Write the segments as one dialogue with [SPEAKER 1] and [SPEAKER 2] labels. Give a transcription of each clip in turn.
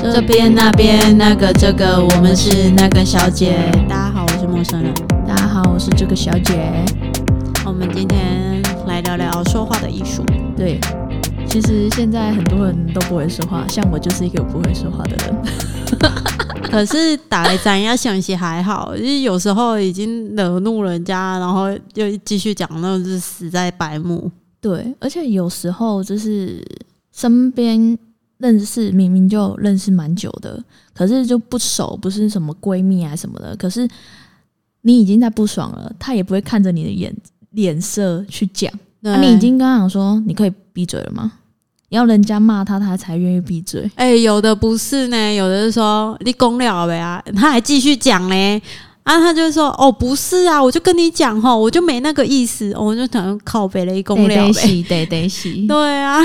[SPEAKER 1] 这边那边那个这个，我们是那个小姐。大家好，我是陌生人。
[SPEAKER 2] 大家好，我是这个小姐。
[SPEAKER 1] 我们今天来聊聊说话的艺术。
[SPEAKER 2] 对，其实现在很多人都不会说话，像我就是一个不会说话的人。
[SPEAKER 1] 可是打来咱要想些还好，就是有时候已经惹怒人家，然后又继续讲，那种就是死在白目。
[SPEAKER 2] 对，而且有时候就是身边认识，明明就认识蛮久的，可是就不熟，不是什么闺蜜啊什么的，可是你已经在不爽了，他也不会看着你的眼脸色去讲。
[SPEAKER 1] 对
[SPEAKER 2] 啊、你已经跟他讲说，你可以闭嘴了吗？要人家骂他，他才愿意闭嘴。
[SPEAKER 1] 哎、有的不是呢，有的是说你公了呗啊，他还继续讲嘞。啊，他就说哦，不是啊，我就跟你讲吼，我就没那个意思，哦我就想说靠北了一公了
[SPEAKER 2] 得
[SPEAKER 1] 呗。
[SPEAKER 2] 洗，得得洗。
[SPEAKER 1] 对啊，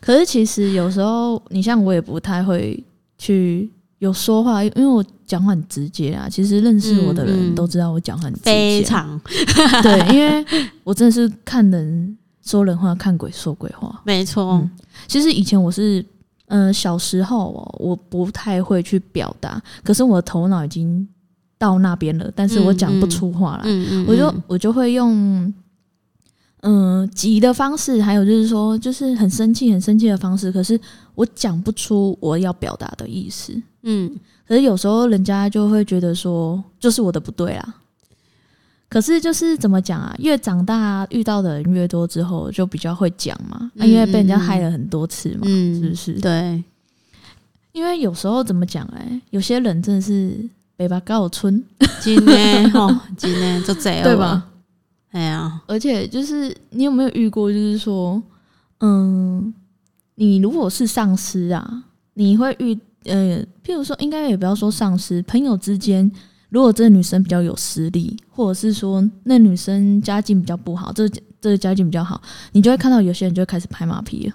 [SPEAKER 2] 可是其实有时候，你像我也不太会去有说话，因为我讲话很直接啊。其实认识我的
[SPEAKER 1] 嗯
[SPEAKER 2] 人
[SPEAKER 1] 嗯
[SPEAKER 2] 都知道我讲话很直接，
[SPEAKER 1] 非常
[SPEAKER 2] 对，因为我真的是看人说人话，看鬼说鬼话。
[SPEAKER 1] 没错。
[SPEAKER 2] 嗯其实以前我是，嗯、小时候哦，我不太会去表达，可是我的头脑已经到那边了，但是我讲不出话来，
[SPEAKER 1] 嗯嗯，
[SPEAKER 2] 我就
[SPEAKER 1] 嗯
[SPEAKER 2] 我就会用。嗯，急的方式，还有就是说，就是很生气、很生气的方式。可是我讲不出我要表达的意思。
[SPEAKER 1] 嗯，
[SPEAKER 2] 可是有时候人家就会觉得说，就是我的不对啦。可是就是怎么讲啊？越长大遇到的人越多之后，就比较会讲嘛，啊
[SPEAKER 1] 嗯
[SPEAKER 2] 因为被人家
[SPEAKER 1] 嗯嗯
[SPEAKER 2] 害了很多次嘛，
[SPEAKER 1] 嗯
[SPEAKER 2] 是不是？
[SPEAKER 1] 对，
[SPEAKER 2] 因为有时候怎么讲哎、有些人真的是北巴告村，
[SPEAKER 1] 今天 吼，今天就这样，
[SPEAKER 2] 对吧？？
[SPEAKER 1] 哎呀，
[SPEAKER 2] 而且就是你有没有遇过，就是说，嗯，你如果是上司啊，你会遇，呃，譬如说，应该也不要说上司，朋友之间，如果这个女生比较有实力，或者是说那女生家境比较不好，这这个家境比较好，你就会看到有些人就会开始拍马屁了，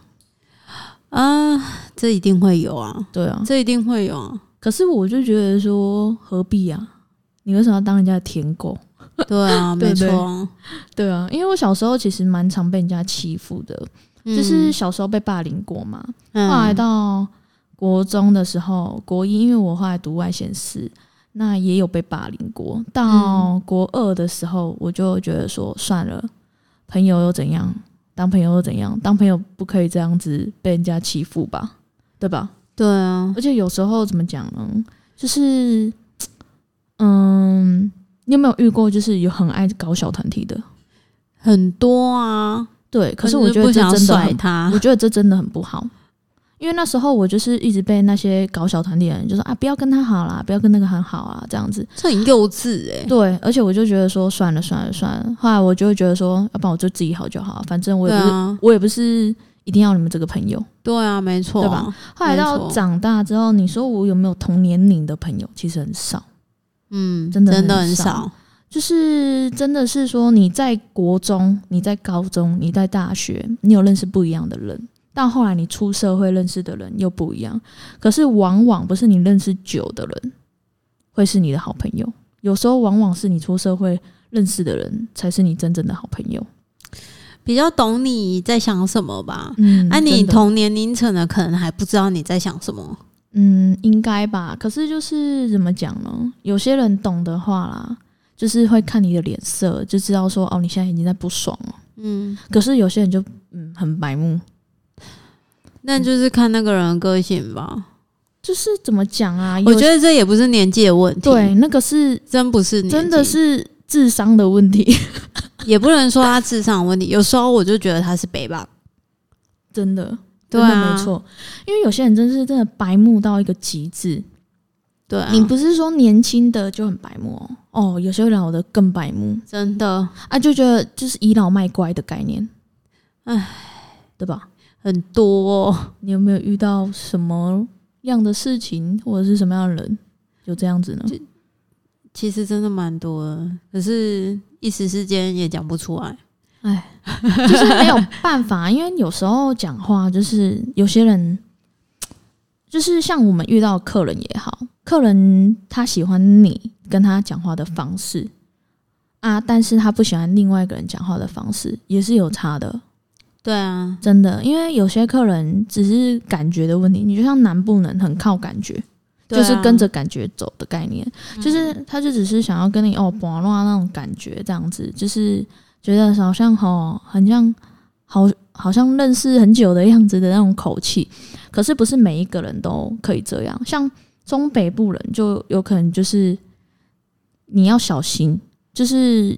[SPEAKER 1] 啊，这一定会有啊，
[SPEAKER 2] 对啊。
[SPEAKER 1] 这一定会有 啊，
[SPEAKER 2] 可是我就觉得说，何必啊？你为什么要当人家的舔狗？
[SPEAKER 1] 对啊，
[SPEAKER 2] 对
[SPEAKER 1] 没
[SPEAKER 2] 对
[SPEAKER 1] 错，
[SPEAKER 2] 对啊，因为我小时候其实蛮常被人家欺负的，就是小时候被霸凌过嘛。后来
[SPEAKER 1] 嗯
[SPEAKER 2] 到国中的时候，国一因为我后来读外县市，那也有被霸凌过。到国二的时候，我就觉得说算了，朋友又怎样？当朋友又怎样？当朋友不可以这样子被人家欺负吧，对吧？
[SPEAKER 1] 对啊，
[SPEAKER 2] 而且有时候怎么讲呢？就是，嗯，你有没有遇过就是有很爱搞小团体的？
[SPEAKER 1] 很多啊，
[SPEAKER 2] 对，可是
[SPEAKER 1] 就
[SPEAKER 2] 我觉得
[SPEAKER 1] 不
[SPEAKER 2] 这
[SPEAKER 1] 想
[SPEAKER 2] 真的很
[SPEAKER 1] 甩他
[SPEAKER 2] 我，觉得这真的很不好，因为那时候我就是一直被那些搞小团体的人就说啊，不要跟他好啦，不要跟那个很好啊，这样子。
[SPEAKER 1] 这很幼稚哎，
[SPEAKER 2] 对，而且我就觉得说算了算了算了，后来我就会觉得说，啊要不然我就自己好就好，反正我
[SPEAKER 1] 对
[SPEAKER 2] 也不是、
[SPEAKER 1] 啊，
[SPEAKER 2] 我也不是一定要你们这个朋友。
[SPEAKER 1] 对啊，没错，
[SPEAKER 2] 对吧？后来
[SPEAKER 1] 没
[SPEAKER 2] 到
[SPEAKER 1] 错
[SPEAKER 2] 长大之后，你说我有没有同年龄的朋友？其实很少，
[SPEAKER 1] 嗯，
[SPEAKER 2] 真的
[SPEAKER 1] 真的
[SPEAKER 2] 很
[SPEAKER 1] 很
[SPEAKER 2] 少
[SPEAKER 1] 少，
[SPEAKER 2] 就是真的是说你在国中、你在高中、你在大学，你有认识不一样的人，到后来你出社会认识的人又不一样。可是往往不是你认识久的人会是你的好朋友，有时候往往是你出社会认识的人才是你真正的好朋友。
[SPEAKER 1] 比较懂你在想什么吧。
[SPEAKER 2] 嗯
[SPEAKER 1] 那、你
[SPEAKER 2] 真的
[SPEAKER 1] 同年龄层的可能还不知道你在想什么，
[SPEAKER 2] 嗯，应该吧。可是就是怎么讲呢？有些人懂的话啦，就是会看你的脸色，就知道说哦，你现在已经在不爽了。
[SPEAKER 1] 嗯，
[SPEAKER 2] 可是有些人就嗯很白目。嗯
[SPEAKER 1] 那就是看那个人的个性吧。
[SPEAKER 2] 就是怎么讲啊？
[SPEAKER 1] 我
[SPEAKER 2] 有
[SPEAKER 1] 觉得这也不是年纪的问题，
[SPEAKER 2] 对，那个是
[SPEAKER 1] 真不是年纪
[SPEAKER 2] 真的是智商的问题，
[SPEAKER 1] 也不能说他智商有问题，有时候我就觉得他是北吧，
[SPEAKER 2] 真的，
[SPEAKER 1] 对
[SPEAKER 2] 真的
[SPEAKER 1] 啊，
[SPEAKER 2] 没，错。因为有些人真是真的白目到一个极致，
[SPEAKER 1] 对啊，
[SPEAKER 2] 你不是说年轻的就很白目哦，哦有些老的更白目
[SPEAKER 1] 真的
[SPEAKER 2] 啊，就觉得就是倚老卖乖的概念，
[SPEAKER 1] 唉，
[SPEAKER 2] 对吧？
[SPEAKER 1] 很多哦、
[SPEAKER 2] 你有没有遇到什么样的事情，或者是什么样的人有这样子呢？
[SPEAKER 1] 其实真的蛮多的，可是一时之间也讲不出来。
[SPEAKER 2] 哎，就是没有办法，因为有时候讲话就是有些人，就是像我们遇到客人也好，客人他喜欢你跟他讲话的方式啊，但是他不喜欢另外一个人讲话的方式，也是有差的。
[SPEAKER 1] 对啊，
[SPEAKER 2] 真的，因为有些客人只是感觉的问题，你就像南部人很靠感觉，
[SPEAKER 1] 对啊嗯
[SPEAKER 2] 就是跟着感觉走的概念，就是他就只是想要跟你哦，玩乱那种感觉，这样子，就是觉得好像哦，很像好好像认识很久的样子的那种口气，可是不是每一个人都可以这样，像中北部人就有可能就是你要小心，就是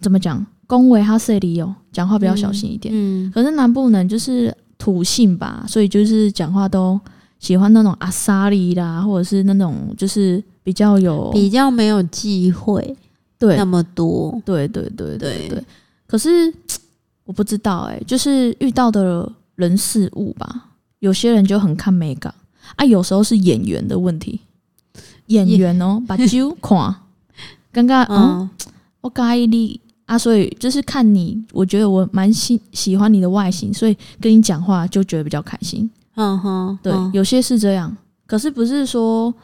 [SPEAKER 2] 怎么讲，恭维他塞里哦，讲话比较小心一点。
[SPEAKER 1] 嗯，
[SPEAKER 2] 可是南部人就是土性吧，所以就是讲话都喜欢那种阿萨利啦，或者是那种就是比较有
[SPEAKER 1] 比较没有忌讳
[SPEAKER 2] 哦对
[SPEAKER 1] 那么多，
[SPEAKER 2] 对对对对
[SPEAKER 1] 对
[SPEAKER 2] 对。可是我不知道哎、就是遇到的人事物吧，有些人就很看美感啊，有时候是演员的问题，演员哦、把酒看，尴尬嗯，
[SPEAKER 1] 嗯，
[SPEAKER 2] 我介意你啊，所以就是看你，我觉得我蛮喜喜欢你的外形，所以跟你讲话就觉得比较开心。
[SPEAKER 1] 嗯哼，
[SPEAKER 2] 对，
[SPEAKER 1] 嗯
[SPEAKER 2] 有些是这样，可是不是说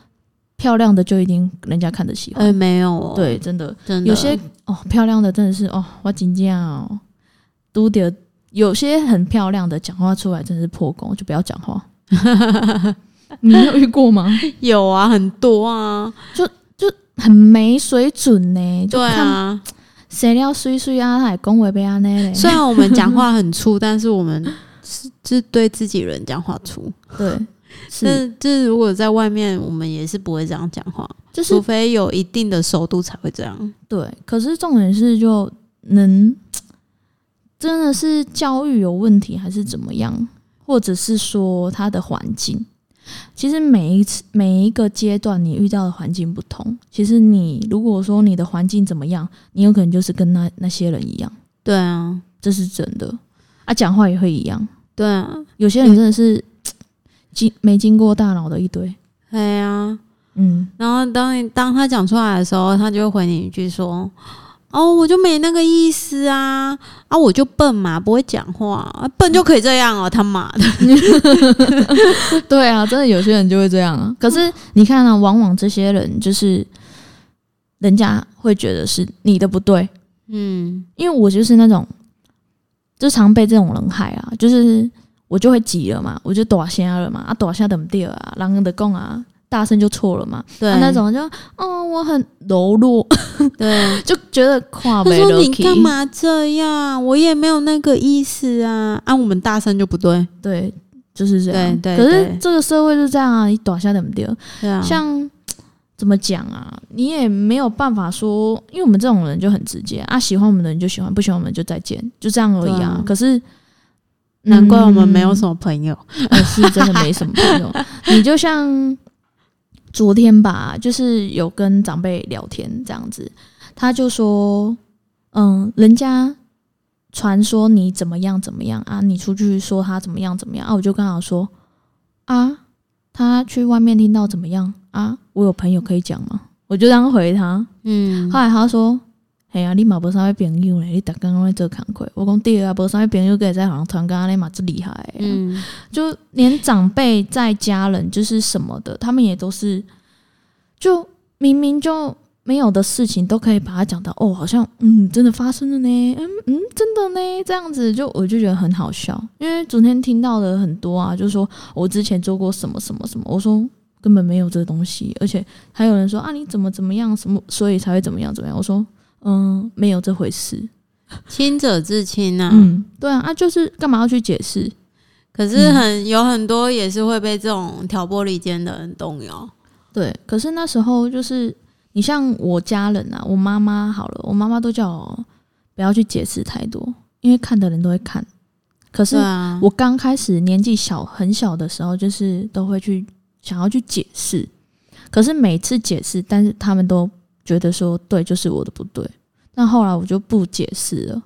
[SPEAKER 2] 漂亮的就一定人家看得喜欢。
[SPEAKER 1] 哎，没有哦，，
[SPEAKER 2] 对，呃真的，
[SPEAKER 1] 真的
[SPEAKER 2] 有些哦，漂亮的真的是哦，我紧张哦，都得有些很漂亮的讲话出来真的是破功，就不要讲 话。你有遇过吗？
[SPEAKER 1] 有啊，很多啊，
[SPEAKER 2] 很没水准呢、就
[SPEAKER 1] 对
[SPEAKER 2] 看
[SPEAKER 1] 啊，
[SPEAKER 2] 谁料水水啊，还恭维被安呢嘞。
[SPEAKER 1] 虽然我们讲话很粗，但是我们是是对自己人讲话粗，
[SPEAKER 2] 对，是
[SPEAKER 1] 这这如果在外面，我们也是不会这样讲话，
[SPEAKER 2] 就是
[SPEAKER 1] 除非有一定的熟度才会这样。
[SPEAKER 2] 对，可是重点是就能真的是教育有问题，还是怎么样，或者是说他的环境。其实每一次每一个阶段你遇到的环境不同，其实你如果说你的环境怎么样，你有可能就是跟那那些人一样，
[SPEAKER 1] 对啊，
[SPEAKER 2] 这是真的啊，讲话也会一样。
[SPEAKER 1] 对啊，
[SPEAKER 2] 有些人真的是经没经过大脑的一堆，
[SPEAKER 1] 哎呀。
[SPEAKER 2] 嗯，
[SPEAKER 1] 然后当你当他讲出来的时候，他就会回你一句说：“哦，我就没那个意思啊，啊，我就笨嘛，不会讲话，啊笨就可以这样哦，他妈的，
[SPEAKER 2] 对啊，真的有些人就会这样啊。可是你看啊，往往这些人就是人家会觉得是你的不对，
[SPEAKER 1] 嗯，
[SPEAKER 2] 因为我就是那种就常被这种人害啊，就是我就会急了嘛，我就躲下了嘛，啊躲下等不掉啊，然后的供啊，大声就错了嘛，
[SPEAKER 1] 对，
[SPEAKER 2] 啊、那种就哦我很柔弱，
[SPEAKER 1] 对。”
[SPEAKER 2] 就觉得跨
[SPEAKER 1] 他
[SPEAKER 2] 没
[SPEAKER 1] 说：“
[SPEAKER 2] 了
[SPEAKER 1] 你干？嘛这样？我也没有那个意思啊！按、我们大声就不对，
[SPEAKER 2] 对，就是这样。
[SPEAKER 1] 对对
[SPEAKER 2] 可是
[SPEAKER 1] 对
[SPEAKER 2] 这个社会就这样啊，你躲下等不掉。
[SPEAKER 1] 对啊，
[SPEAKER 2] 像怎么讲啊，你也没有办法说，因为我们这种人就很直接啊，喜欢我们的人就喜欢，不喜欢我们就再见，就这样而已
[SPEAKER 1] 对
[SPEAKER 2] 啊
[SPEAKER 1] 啊。
[SPEAKER 2] 可是嗯
[SPEAKER 1] 难怪我们没有
[SPEAKER 2] 么。
[SPEAKER 1] 什么朋友。
[SPEAKER 2] 我是真的没什么朋友。你就像昨天吧，就是有跟长辈聊天这样子，他就说，嗯，人家传说你怎么样怎么样啊，你出去说他怎么样怎么样啊，我就跟他说，啊，他去外面听到怎么样啊，我有朋友可以讲吗？我就这样回他，
[SPEAKER 1] 嗯，
[SPEAKER 2] 后来他说。哎呀、你嘛无啥物朋友呢？你逐工拢在做工课。我讲对啊，无啥物朋友，会使互人传安尼嘛，真厉害的啊、
[SPEAKER 1] 嗯，
[SPEAKER 2] 就连长辈在家人就是什么的，他们也都是，就明明就没有的事情，都可以把它讲到哦，好像嗯，真的发生了呢，嗯嗯，真的呢，这样子就我就觉得很好笑，因为昨天听到的很多啊，就说我之前做过什么什么什么，我说。根本没有这东西，而且还有人说啊，你怎么怎么样，什么所以才会怎么样怎么样？我说，嗯，没有这回事。
[SPEAKER 1] 亲者自亲啊。
[SPEAKER 2] 嗯，对啊，啊，就是干嘛要去解释？
[SPEAKER 1] 可是
[SPEAKER 2] 嗯
[SPEAKER 1] 很、有很多也是会被这种挑拨离间的人动摇。
[SPEAKER 2] 对，可是那时候就是你像我家人啊，我妈妈好了，我妈妈都叫我不要去解释太多，因为看的人都会看。可是
[SPEAKER 1] 对啊，
[SPEAKER 2] 我刚开始年纪小很小的时候，就是都会去想要去解释，可是每次解释，但是他们都觉得说对，就是我的不对。那后来我就不解释了，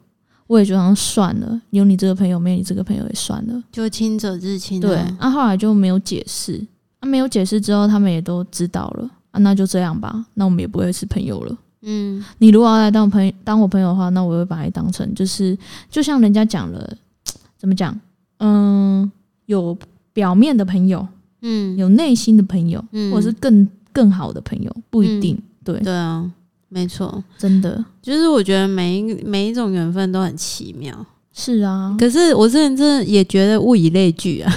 [SPEAKER 2] 我也就想算了，有你这个朋友，没有你这个朋友也算了。
[SPEAKER 1] 就亲者自亲、
[SPEAKER 2] 对，
[SPEAKER 1] 啊。
[SPEAKER 2] 那、后来就没有解释，啊，没有解释之后，他们也都知道了，啊，那就这样吧，那我们也不会是朋友了。
[SPEAKER 1] 嗯，
[SPEAKER 2] 你如果要来当朋友，当我朋友的话，那我会把你当成就是，就像人家讲了，怎么讲？嗯，有表面的朋友，
[SPEAKER 1] 嗯嗯，
[SPEAKER 2] 有内心的朋友，
[SPEAKER 1] 嗯
[SPEAKER 2] 或者是更更好的朋友，不一
[SPEAKER 1] 嗯
[SPEAKER 2] 定。对，
[SPEAKER 1] 对啊，没错。
[SPEAKER 2] 真的
[SPEAKER 1] 就是我觉得每一每一种缘分都很奇妙，
[SPEAKER 2] 是啊，
[SPEAKER 1] 可是我之前真的也觉得物以类聚啊，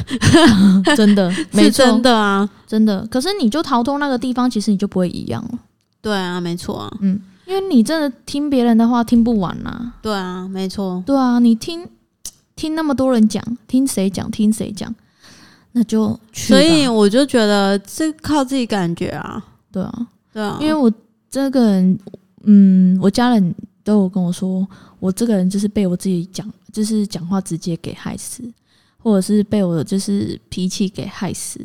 [SPEAKER 2] 真的，没
[SPEAKER 1] 是
[SPEAKER 2] 错，
[SPEAKER 1] 真的啊，
[SPEAKER 2] 真的。可是你就逃脱那个地方，其实你就不会一样了，
[SPEAKER 1] 对啊，没错啊，
[SPEAKER 2] 嗯，因为你真的听别人的话听不完啦、
[SPEAKER 1] 对啊，没错，
[SPEAKER 2] 对啊，你听听那么多人讲，听谁讲，听谁讲，那就去吧。
[SPEAKER 1] 所以我就觉得这靠自己感觉啊，
[SPEAKER 2] 对啊，
[SPEAKER 1] 对啊，
[SPEAKER 2] 因为我这个人，嗯，我家人都有跟我说，我这个人就是被我自己讲，就是讲话直接给害死，或者是被我就是脾气给害死。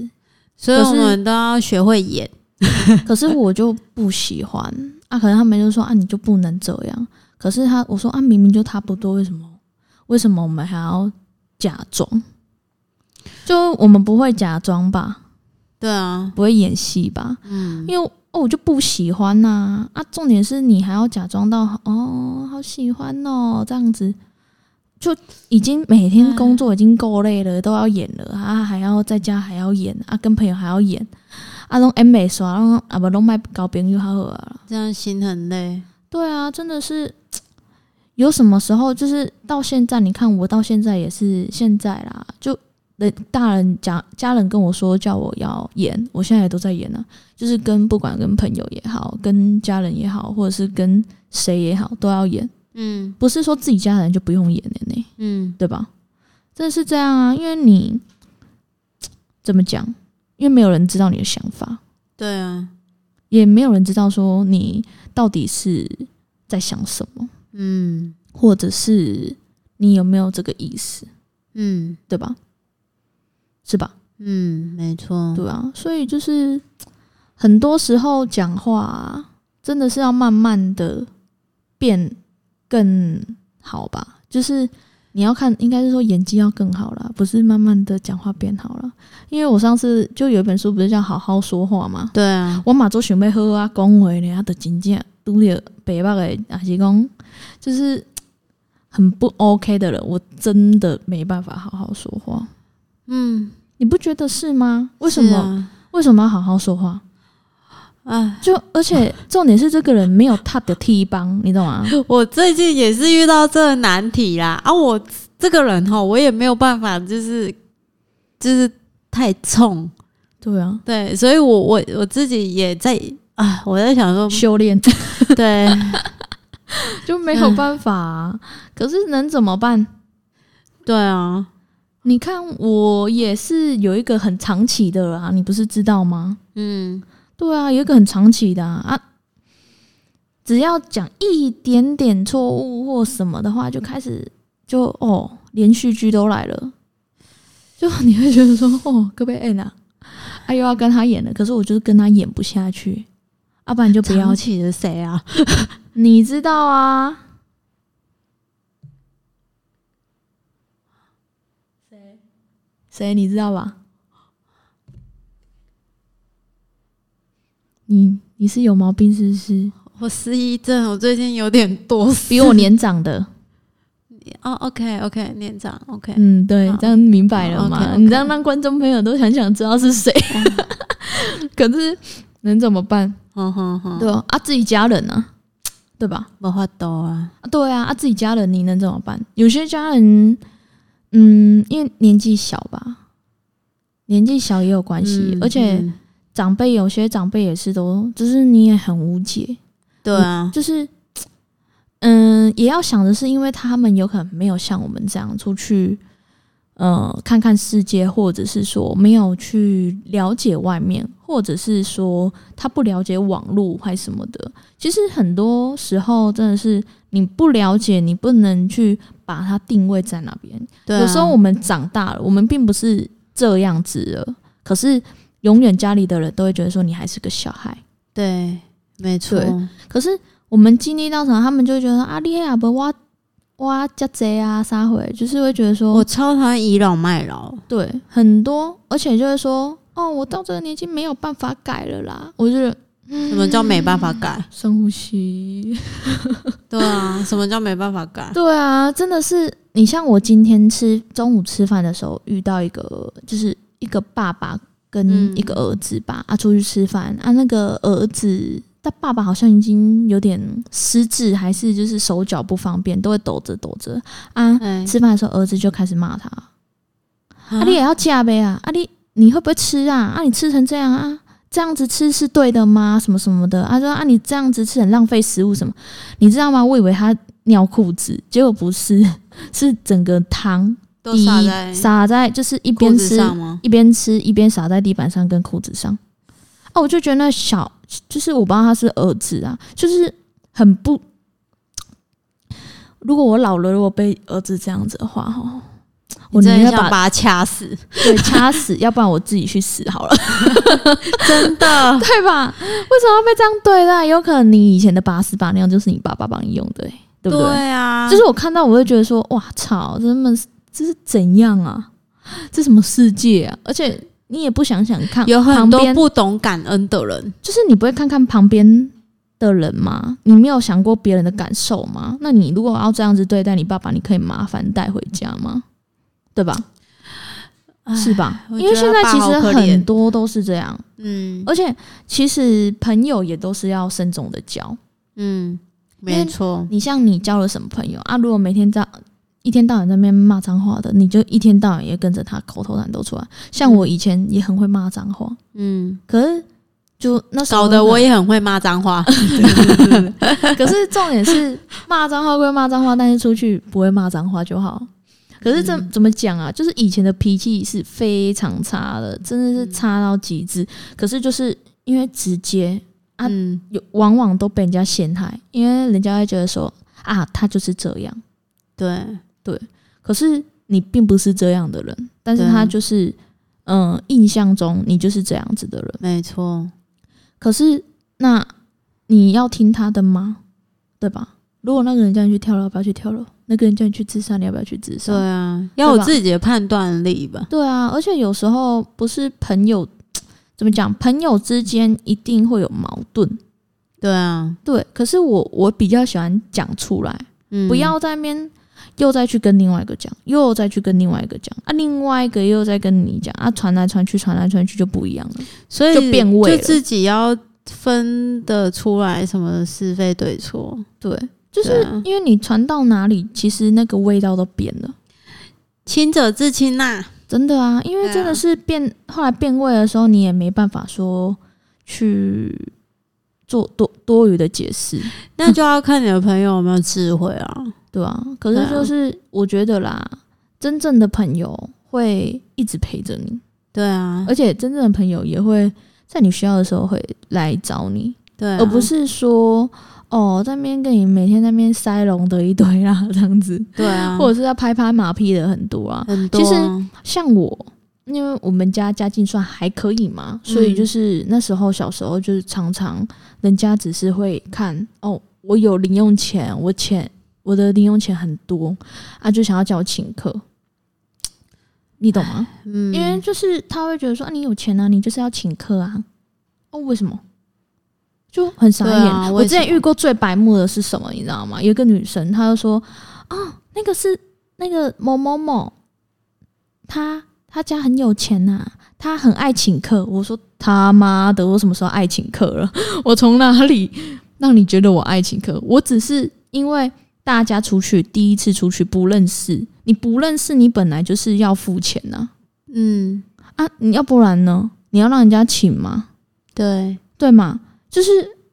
[SPEAKER 1] 所以
[SPEAKER 2] 可是
[SPEAKER 1] 我们都要学会演，
[SPEAKER 2] 可是我就不喜欢啊，可能他们就说啊，你就不能这样。可是他我说啊，明明就差不多，为什么？为什么我们还要假装？就我们不会假装吧，
[SPEAKER 1] 对啊，
[SPEAKER 2] 不会演戏吧？
[SPEAKER 1] 嗯，
[SPEAKER 2] 因为哦，我就不喜欢呐啊重点是你还要假装到哦，好喜欢哦，这样子就已经每天工作已经够累了，都要演了啊，还要在家还要演啊，跟朋友还要演啊，拢 M 美耍，拢啊不拢卖交朋友好好啊。
[SPEAKER 1] 这样心很累，
[SPEAKER 2] 对啊，真的是有什么时候就是到现在，你看我到现在也是现在啦，就人大人家家人跟我说叫我要演，我现在也都在演啊，就是跟不管跟朋友也好，跟家人也好，或者是跟谁也好，都要演，
[SPEAKER 1] 嗯
[SPEAKER 2] 不是说自己家人就不用演的呢，
[SPEAKER 1] 嗯，
[SPEAKER 2] 对吧？真的是这样啊，因为你怎么讲，因为没有人知道你的想法，
[SPEAKER 1] 对啊，
[SPEAKER 2] 也没有人知道说你到底是在想什么。
[SPEAKER 1] 嗯
[SPEAKER 2] 或者是你有没有这个意思，
[SPEAKER 1] 嗯
[SPEAKER 2] 对吧？是吧？
[SPEAKER 1] 嗯，没错，
[SPEAKER 2] 对啊，所以就是很多时候讲话啊真的是要慢慢的变更好吧，就是。你要看，应该是说演技要更好啦，不是慢慢的讲话变好了。因为我上次就有一本书，不是叫《好好说话》吗？
[SPEAKER 1] 对啊，
[SPEAKER 2] 我嘛做想要好好啊讲话呢，啊，就真正拄着北北的，也是讲就是很不 OK 的人，我真的没办法好好说话。
[SPEAKER 1] 嗯，
[SPEAKER 2] 你不觉得是吗？为什
[SPEAKER 1] 是
[SPEAKER 2] 么、
[SPEAKER 1] 啊？
[SPEAKER 2] 为什么要好好说话？
[SPEAKER 1] 哎，
[SPEAKER 2] 就而且重点是这个人没有踏的踢帮，你懂吗？
[SPEAKER 1] 我最近也是遇到这个难题啦。啊，我这个人哈，我也没有办法，就是就是太冲，
[SPEAKER 2] 对啊，
[SPEAKER 1] 对，所以我我我自己也在啊，我在想 说，
[SPEAKER 2] 修炼
[SPEAKER 1] 对，
[SPEAKER 2] 就没有办法、啊。可是能怎么办？
[SPEAKER 1] 对啊，
[SPEAKER 2] 你看，我也是有一个很长期的啊，你不是知道吗？
[SPEAKER 1] 嗯，
[SPEAKER 2] 对啊，有一个很长期的啊，啊只要讲一点点错误或什么的话，就开始就哦，连续剧都来了，就你会觉得说哦，可不可以演啊？啊，又要跟他演了，可是我就是跟他演不下去，要、不然就不要
[SPEAKER 1] 长，起的谁啊？
[SPEAKER 2] 你知道啊？谁？谁？你知道吧？你你是有毛病是不 是？
[SPEAKER 1] 我失忆症，我最近有点多事。
[SPEAKER 2] 比我年长的，
[SPEAKER 1] 哦，OK OK，年长 OK，
[SPEAKER 2] 嗯，对
[SPEAKER 1] 好，
[SPEAKER 2] 这样明白了
[SPEAKER 1] 好
[SPEAKER 2] 嘛？
[SPEAKER 1] ，OK，OK
[SPEAKER 2] 你这样让观众朋友都很想知道是谁， 可是能怎么办？
[SPEAKER 1] 哼嗯哼哼，
[SPEAKER 2] 对啊，啊自己家人啊，对吧？
[SPEAKER 1] 没法度啊，
[SPEAKER 2] 啊，对啊，啊，自己家人你能怎么办？有些家人，嗯，因为年纪小吧，年纪小也有关系，
[SPEAKER 1] 嗯
[SPEAKER 2] 而且
[SPEAKER 1] 嗯
[SPEAKER 2] 长辈有些长辈也是都，就是你也很无解，
[SPEAKER 1] 对啊，
[SPEAKER 2] 就是，嗯，也要想的是，因为他们有可能没有像我们这样出去，呃，看看世界，或者是说没有去了解外面，或者是说他不了解网络还什么的。其实很多时候真的是你不了解，你不能去把它定位在哪边。
[SPEAKER 1] 对啊，
[SPEAKER 2] 有时候我们长大了，我们并不是这样子了，可是永远家里的人都会觉得说你还是个小孩。
[SPEAKER 1] 对，没错，
[SPEAKER 2] 对可是我们经历到什么，他们就会觉得啊，厉害啊，不哇哇加贼啊，杀回，就是会觉得说，
[SPEAKER 1] 我超讨厌倚老卖老，
[SPEAKER 2] 对很多，而且就会说，哦，我到这个年纪没有办法改了啦。我就觉得嗯
[SPEAKER 1] 什么叫没办法改？
[SPEAKER 2] 深呼吸。
[SPEAKER 1] 对啊，什么叫没办法 改？
[SPEAKER 2] 对啊，真的是你像我今天吃中午吃饭的时候遇到一个，就是一个爸爸跟
[SPEAKER 1] 嗯
[SPEAKER 2] 一个儿子吧，啊出去吃饭啊，那个儿子但爸爸好像已经有点失智，还是就是手脚不方便，都会抖着抖着啊。
[SPEAKER 1] 哎，
[SPEAKER 2] 吃饭的时候，儿子就开始骂他：“
[SPEAKER 1] 啊
[SPEAKER 2] 啊，你也要嫁呗啊！啊你你会不会吃啊？啊你吃成这样啊，这样子吃是对的吗？什么什么的？啊说啊你这样子吃很浪费食物什么？你知道吗？我以为他尿裤子，结果不是， 是整个汤
[SPEAKER 1] 都撒
[SPEAKER 2] 滴
[SPEAKER 1] 在
[SPEAKER 2] 洒在就是一
[SPEAKER 1] 裤
[SPEAKER 2] 边
[SPEAKER 1] 子
[SPEAKER 2] 吃
[SPEAKER 1] 上吗？
[SPEAKER 2] 一边吃一边洒在地板上跟裤子上。啊，我就觉得那小就是我不知道他是儿子啊，就是很不。如果我老了，如果被儿子这样子的话，哦，我
[SPEAKER 1] 你
[SPEAKER 2] 宁
[SPEAKER 1] 真的
[SPEAKER 2] 愿
[SPEAKER 1] 想把
[SPEAKER 2] 把
[SPEAKER 1] 他掐死，
[SPEAKER 2] 对 掐死，要不然我自己去死好了，
[SPEAKER 1] 真的。
[SPEAKER 2] 对吧？为什么要被这样对待？有可能你以前的把屎把尿就是你爸爸帮你用的、欸对不
[SPEAKER 1] 对啊，
[SPEAKER 2] 就是我看到我会觉得说，哇操，这么这是怎样啊？这什么世界啊？而且你也不想想看，
[SPEAKER 1] 有很
[SPEAKER 2] 旁
[SPEAKER 1] 多
[SPEAKER 2] 边
[SPEAKER 1] 不懂感恩的人，
[SPEAKER 2] 就是你不会看看旁边的人吗？你没有想过别人的感受吗？那你如果要这样子对待你爸爸，你可以麻烦带回家吗？对吧？
[SPEAKER 1] 唉
[SPEAKER 2] 是吧？
[SPEAKER 1] 我
[SPEAKER 2] 因为
[SPEAKER 1] 觉
[SPEAKER 2] 现
[SPEAKER 1] 得
[SPEAKER 2] 在
[SPEAKER 1] 爸
[SPEAKER 2] 其
[SPEAKER 1] 好
[SPEAKER 2] 实
[SPEAKER 1] 可
[SPEAKER 2] 很
[SPEAKER 1] 怜
[SPEAKER 2] 多都是这样，
[SPEAKER 1] 嗯
[SPEAKER 2] 而且其实朋友也都是要慎重的交。
[SPEAKER 1] 嗯，
[SPEAKER 2] 因为
[SPEAKER 1] 没错，
[SPEAKER 2] 你像你交了什么朋友啊？如果每天在一天到晚在那边骂脏话的，你就一天到晚也跟着他口头禅都出来。像我以前也很会骂脏话，
[SPEAKER 1] 嗯，
[SPEAKER 2] 可是就那时候
[SPEAKER 1] 搞得我也很会骂脏话，
[SPEAKER 2] 可是重点是骂脏话归骂脏话，但是出去不会骂脏话就好。可是
[SPEAKER 1] 嗯
[SPEAKER 2] 这怎么讲啊？就是以前的脾气是非常差的，真的
[SPEAKER 1] 嗯
[SPEAKER 2] 是差到极致。可是就是因为直接啊
[SPEAKER 1] 嗯，
[SPEAKER 2] 有，往往都被人家陷害，因为人家会觉得说啊，他就是这样。
[SPEAKER 1] 对，
[SPEAKER 2] 可是你并不是这样的人，但是
[SPEAKER 1] 对
[SPEAKER 2] 他就是嗯、呃印象中你就是这样子的人。
[SPEAKER 1] 没错，
[SPEAKER 2] 可是那你要听他的吗？对吧？如果那个人叫你去跳楼，要不要去跳楼？那个人叫你去自杀，你要不要去自
[SPEAKER 1] 对
[SPEAKER 2] 杀？
[SPEAKER 1] 啊，要有
[SPEAKER 2] 吧
[SPEAKER 1] 自己的判断力吧，
[SPEAKER 2] 对啊，而且有时候不是朋友怎么讲，朋友之间一定会有矛盾。
[SPEAKER 1] 对啊，
[SPEAKER 2] 对，可是我我比较喜欢讲出来，
[SPEAKER 1] 嗯，
[SPEAKER 2] 不要在那边又再去跟另外一个讲，又再去跟另外一个讲啊，另外一个又再跟你讲啊，传来传去，传来传去就不一样了。
[SPEAKER 1] 所以
[SPEAKER 2] 就变味
[SPEAKER 1] 就
[SPEAKER 2] 了
[SPEAKER 1] 自己要分得出来什么是非对错。
[SPEAKER 2] 对，就是
[SPEAKER 1] 对啊
[SPEAKER 2] 因为你传到哪里，其实那个味道都变了。
[SPEAKER 1] 亲者自亲呐、
[SPEAKER 2] 真的啊，因为
[SPEAKER 1] 对啊
[SPEAKER 2] 真的是变，后来变味的时候，你也没办法说去做多多余的解释，
[SPEAKER 1] 那就要看你的朋友有没有智慧啊。
[SPEAKER 2] 对啊？可是就是我觉得啦，真正的朋友会一直陪着你，
[SPEAKER 1] 对啊，
[SPEAKER 2] 而且真正的朋友也会在你需要的时候会来找你，
[SPEAKER 1] 对啊
[SPEAKER 2] 而不是说哦在那边跟你每天在那边塞龙的一堆啦这样子，
[SPEAKER 1] 对啊，
[SPEAKER 2] 或者是要拍拍马屁的很多啊，
[SPEAKER 1] 很多
[SPEAKER 2] 其实像我，因为我们家家境算还可以嘛，所以就是那时候小时候就是常常人家只是会看哦，我有零用钱，我钱我的零用钱很多啊，就想要叫我请客，你懂吗？
[SPEAKER 1] 嗯，
[SPEAKER 2] 因为就是他会觉得说、啊、你有钱啊，你就是要请客啊，哦为什么？就很傻眼。
[SPEAKER 1] 对啊
[SPEAKER 2] 我
[SPEAKER 1] 为
[SPEAKER 2] 之前
[SPEAKER 1] 什么
[SPEAKER 2] 遇过最白目的是什么，你知道吗？有一个女生，她就说啊，那个是那个某某某，她她家很有钱呐、她很爱请客。我说他妈的，我什么时候爱请客了？ 我从哪里让你觉得我爱请客？我只是因为大家出去第一次出去不认识，你不认识你本来就是要付钱呐、
[SPEAKER 1] 嗯，
[SPEAKER 2] 啊，你要不然呢？你要让人家请吗？
[SPEAKER 1] 对，
[SPEAKER 2] 对吗？就是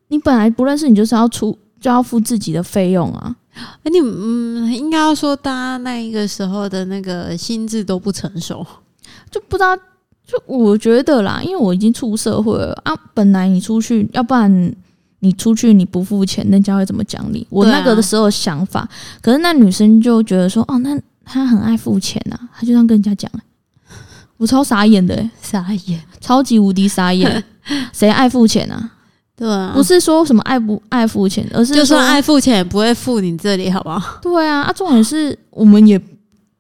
[SPEAKER 2] 你本来不认识，你就是要出就要付自己的费用啊。
[SPEAKER 1] 而你嗯，应该要说大家那一个时候的那个心智都不成熟，
[SPEAKER 2] 就不知道，就我觉得啦，因为我已经出社会了啊，本来你出去，要不然你出去你不付钱，人家会怎么讲你？我
[SPEAKER 1] 对啊
[SPEAKER 2] 那个的时候想法，可是那女生就觉得说，哦，那她很爱付钱啊，她就这样跟人家讲、我超傻眼的、欸，
[SPEAKER 1] 傻眼，
[SPEAKER 2] 超级无敌 傻眼，谁爱付钱啊？
[SPEAKER 1] 对啊，
[SPEAKER 2] 不是说什么爱不爱付钱，而是
[SPEAKER 1] 就
[SPEAKER 2] 说
[SPEAKER 1] 算爱付钱也不会付你这里，好不好？
[SPEAKER 2] 对啊，啊，重点是我们也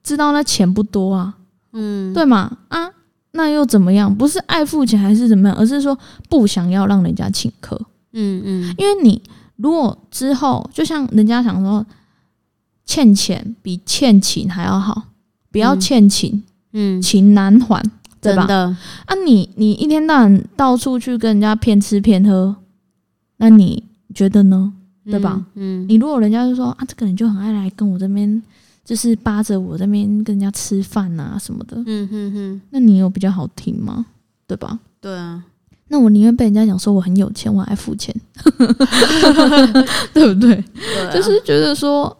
[SPEAKER 2] 知道那钱不多啊，
[SPEAKER 1] 嗯，
[SPEAKER 2] 对嘛？啊，那又怎么样？不是爱付钱还是怎么样，而是说不想要让人家请客，
[SPEAKER 1] 嗯嗯，
[SPEAKER 2] 因为你如果之后就像人家想说，欠钱比欠情还要好，不要
[SPEAKER 1] 嗯
[SPEAKER 2] 欠情，
[SPEAKER 1] 嗯，
[SPEAKER 2] 情难还，对
[SPEAKER 1] 真
[SPEAKER 2] 吧？
[SPEAKER 1] 的，
[SPEAKER 2] 啊你，你一天到晚到处去跟人家骗吃骗喝，那你觉得呢？对吧？
[SPEAKER 1] 嗯，嗯
[SPEAKER 2] 你如果人家就说啊，这个人就很爱来跟我这边，就是扒着我这边跟人家吃饭啊什么的，
[SPEAKER 1] 嗯嗯嗯，
[SPEAKER 2] 那你有比较好听吗？对吧？
[SPEAKER 1] 对啊，
[SPEAKER 2] 那我宁愿被人家讲说我很有钱，我爱付钱， 对不对？
[SPEAKER 1] 对啊
[SPEAKER 2] 就是觉得说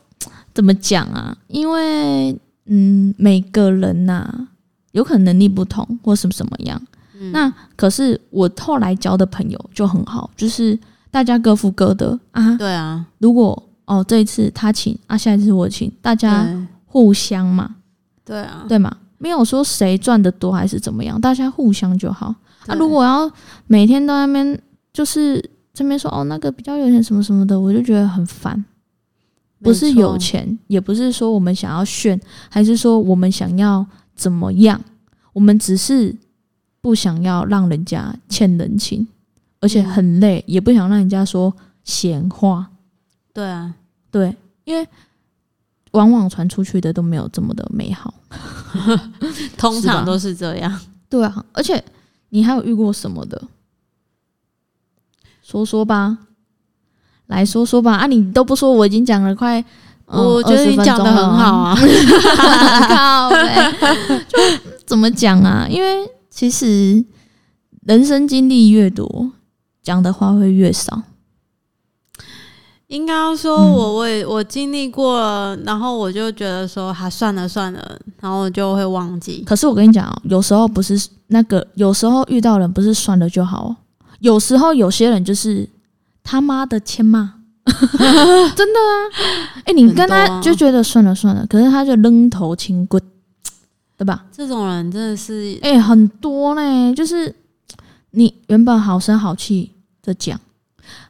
[SPEAKER 2] 怎么讲啊？因为嗯，每个人呐、有可能能力不同或什么什么样。
[SPEAKER 1] 嗯
[SPEAKER 2] 那可是我后来交的朋友就很好，就是大家各付各的啊。
[SPEAKER 1] 对啊，
[SPEAKER 2] 如果哦这一次他请啊，下一次我请，大家
[SPEAKER 1] 对
[SPEAKER 2] 互相嘛，
[SPEAKER 1] 对啊，
[SPEAKER 2] 啊对吗？没有说谁赚的多还是怎么样，大家互相就好。啊，
[SPEAKER 1] 对
[SPEAKER 2] 如果要每天都在那边就是这边说哦那个比较有钱什么什么的，我就觉得很烦。不是有，钱，也不是说我们想要炫，还是说我们想要怎么样，我们只是不想要让人家欠人情，而
[SPEAKER 1] 嗯
[SPEAKER 2] 且很累，也不想让人家说闲话。
[SPEAKER 1] 没错对啊，
[SPEAKER 2] 对，因为往往传出去的都没有这么的美好。
[SPEAKER 1] 通
[SPEAKER 2] 是吧
[SPEAKER 1] 常都是这样。
[SPEAKER 2] 对啊，而且你还有遇过什么的？说说吧，来说说吧。啊，你都不说，我已经讲了快，嗯
[SPEAKER 1] 我觉得你讲的很好。啊，
[SPEAKER 2] 靠欸呗， 就怎么讲啊？因为其实人生经历越多，讲的话会越少。
[SPEAKER 1] 应该要说
[SPEAKER 2] 嗯
[SPEAKER 1] 我我也我经历过了，然后我就觉得说，哈、算了算了，然后我就会忘记。
[SPEAKER 2] 可是我跟你讲、哦，有时候不是那个，有时候遇到人不是算了就好、哦，有时候有些人就是他妈的欠骂。 真的 啊，哎、你跟
[SPEAKER 1] 很多
[SPEAKER 2] 他
[SPEAKER 1] 啊
[SPEAKER 2] 就觉得算了算了，可是他就扔头轻棍，对吧？
[SPEAKER 1] 这种人真的是，
[SPEAKER 2] 哎、很多呢，就是你原本好声好气的讲，